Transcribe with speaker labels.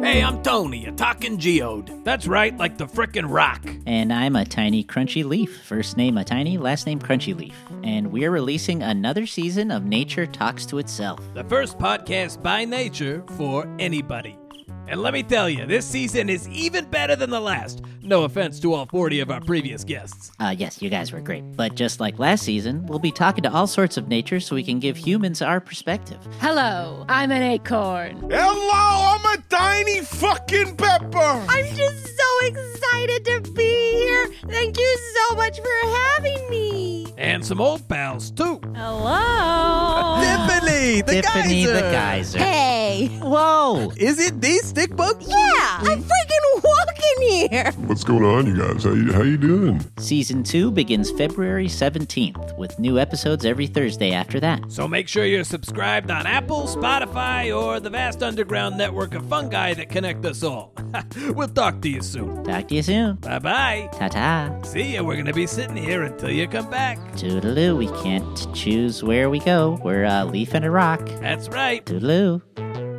Speaker 1: Hey, I'm Tony, a talking geode. That's right, like the frickin' rock.
Speaker 2: And I'm a tiny crunchy leaf. First name a tiny, last name crunchy leaf. And we're releasing another season of Nature Talks to Itself.
Speaker 1: The first podcast by nature for anybody. And let me tell you, this season is even better than the last. No offense to all 40 of our previous guests.
Speaker 2: Uh, yes, you guys were great. But just like last season, we'll be talking to all sorts of nature so we can give humans our perspective.
Speaker 3: Hello, I'm an acorn.
Speaker 4: Hello, I'm a tiny fucking pepper.
Speaker 3: I'm just so excited to be here. Thank you so much for having me.
Speaker 1: And some old pals, too.
Speaker 3: Hello.
Speaker 4: Tiffany, the
Speaker 2: Tiffany
Speaker 4: geyser.
Speaker 2: the Geyser.
Speaker 3: hey.
Speaker 2: Whoa!
Speaker 4: Is it the stick bug?
Speaker 3: Yeah, I'm freaking walking here.
Speaker 5: What's going on, you guys? How you, how you doing?
Speaker 2: Season 2 begins February 17th, with new episodes every Thursday after that.
Speaker 1: So make sure you're subscribed on Apple, Spotify, or the vast underground network of fungi that connect us all. we'll talk to you soon.
Speaker 2: Talk to you soon.
Speaker 1: Bye bye.
Speaker 2: Ta ta.
Speaker 1: See ya. We're going to be sitting here until you come back.
Speaker 2: Toodaloo. We can't choose where we go. We're a leaf and a rock.
Speaker 1: That's right.
Speaker 2: Toodaloo.